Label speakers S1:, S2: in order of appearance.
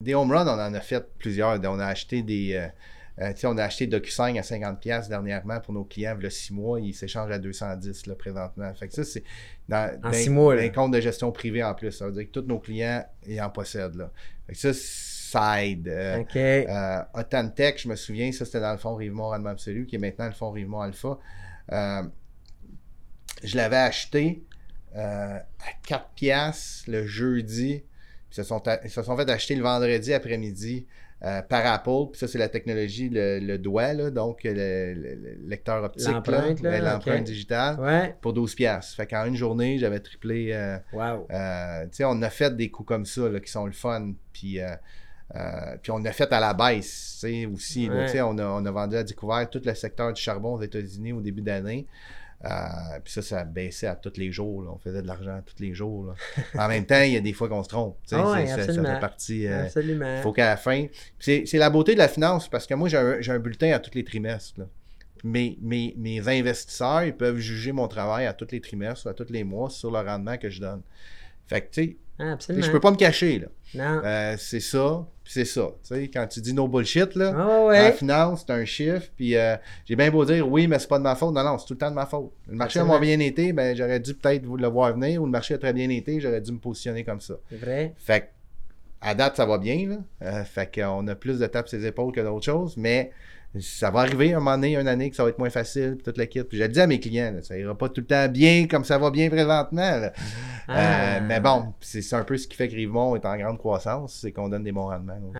S1: Des home runs, on en a fait plusieurs. On a acheté des. euh, euh, tu sais, on a acheté DocuSign à 50$ dernièrement pour nos clients. Le 6 mois, ils s'échangent à 210$ là, présentement. Fait que ça, c'est dans,
S2: En
S1: dans-
S2: six mois,
S1: dans
S2: là.
S1: un compte de gestion privée en plus. Ça veut dire que tous nos clients, ils en possèdent. Là. Fait que ça, ça aide. Euh,
S2: OK.
S1: euh, Autantech, je me souviens, ça c'était dans le fond Rivemont Allemand Absolu, qui est maintenant le fond Rivemont Alpha. Euh, je l'avais acheté euh, à 4 piastres le jeudi. Puis se sont, a- ils se sont fait acheter le vendredi après-midi euh, par Apple. Puis ça, c'est la technologie, le, le doigt, là, donc euh, le, le- le lecteur optique, là,
S2: L'empreinte, là,
S1: ben, l'empreinte
S2: ok.
S1: digitale,
S2: ouais.
S1: pour 12 piastres. Fait qu'en une journée, j'avais triplé. euh,
S2: Wow.
S1: euh, tu sais, on a fait des coups comme ça là, qui sont le fun. Puis, euh, euh, puis on a fait à la baisse tu sais, aussi. là.
S2: Ouais.
S1: Tu sais, on, a, on a vendu à découvert tout le secteur du charbon aux États-Unis au début d'année. Euh, puis ça, ça baissait à tous les jours. là. On faisait de l'argent à tous les jours. là. en même temps, il y a des fois qu'on se trompe. tu sais,
S2: Ah ouais,
S1: ça- ça- ça,
S2: absolument.
S1: fait partie. euh,
S2: Absolument.
S1: faut qu'à la fin. C'est c'est la beauté de la finance parce que moi, j'ai un, j'ai un bulletin à tous les trimestres. là. Mes, mes, mes investisseurs, ils peuvent juger mon travail à tous les trimestres ou à tous les mois sur le rendement que je donne. Fait que, tu sais,
S2: Ah,
S1: tu sais,
S2: absolument.
S1: je peux pas me cacher. là.
S2: Non.
S1: Euh, c'est ça, puis c'est ça. Tu sais, quand tu dis no bullshit, là,
S2: Ah ouais,
S1: en
S2: ouais.
S1: finance, c'est un chiffre. Puis euh, j'ai bien beau dire oui, mais c'est pas de ma faute. Non, non, c'est tout le temps de ma faute. Le marché a
S2: Absolument.
S1: moins bien été, ben, j'aurais dû peut-être vous le voir venir, ou le marché a très bien été, j'aurais dû me positionner comme ça.
S2: C'est vrai.
S1: Fait que, à date, ça va bien. Là. Euh, fait qu'on a plus de tapes ses épaules que d'autres choses, mais ça va arriver un moment donné, une année, que ça va être moins facile, puis toute la kit. Puis je le dis à mes clients, là, ça ira pas tout le temps bien comme ça va bien présentement. là.
S2: Ah.
S1: Euh, mais bon, c'est c'est un peu ce qui fait que Rivemont est en grande croissance, c'est qu'on donne des bons rendements. là.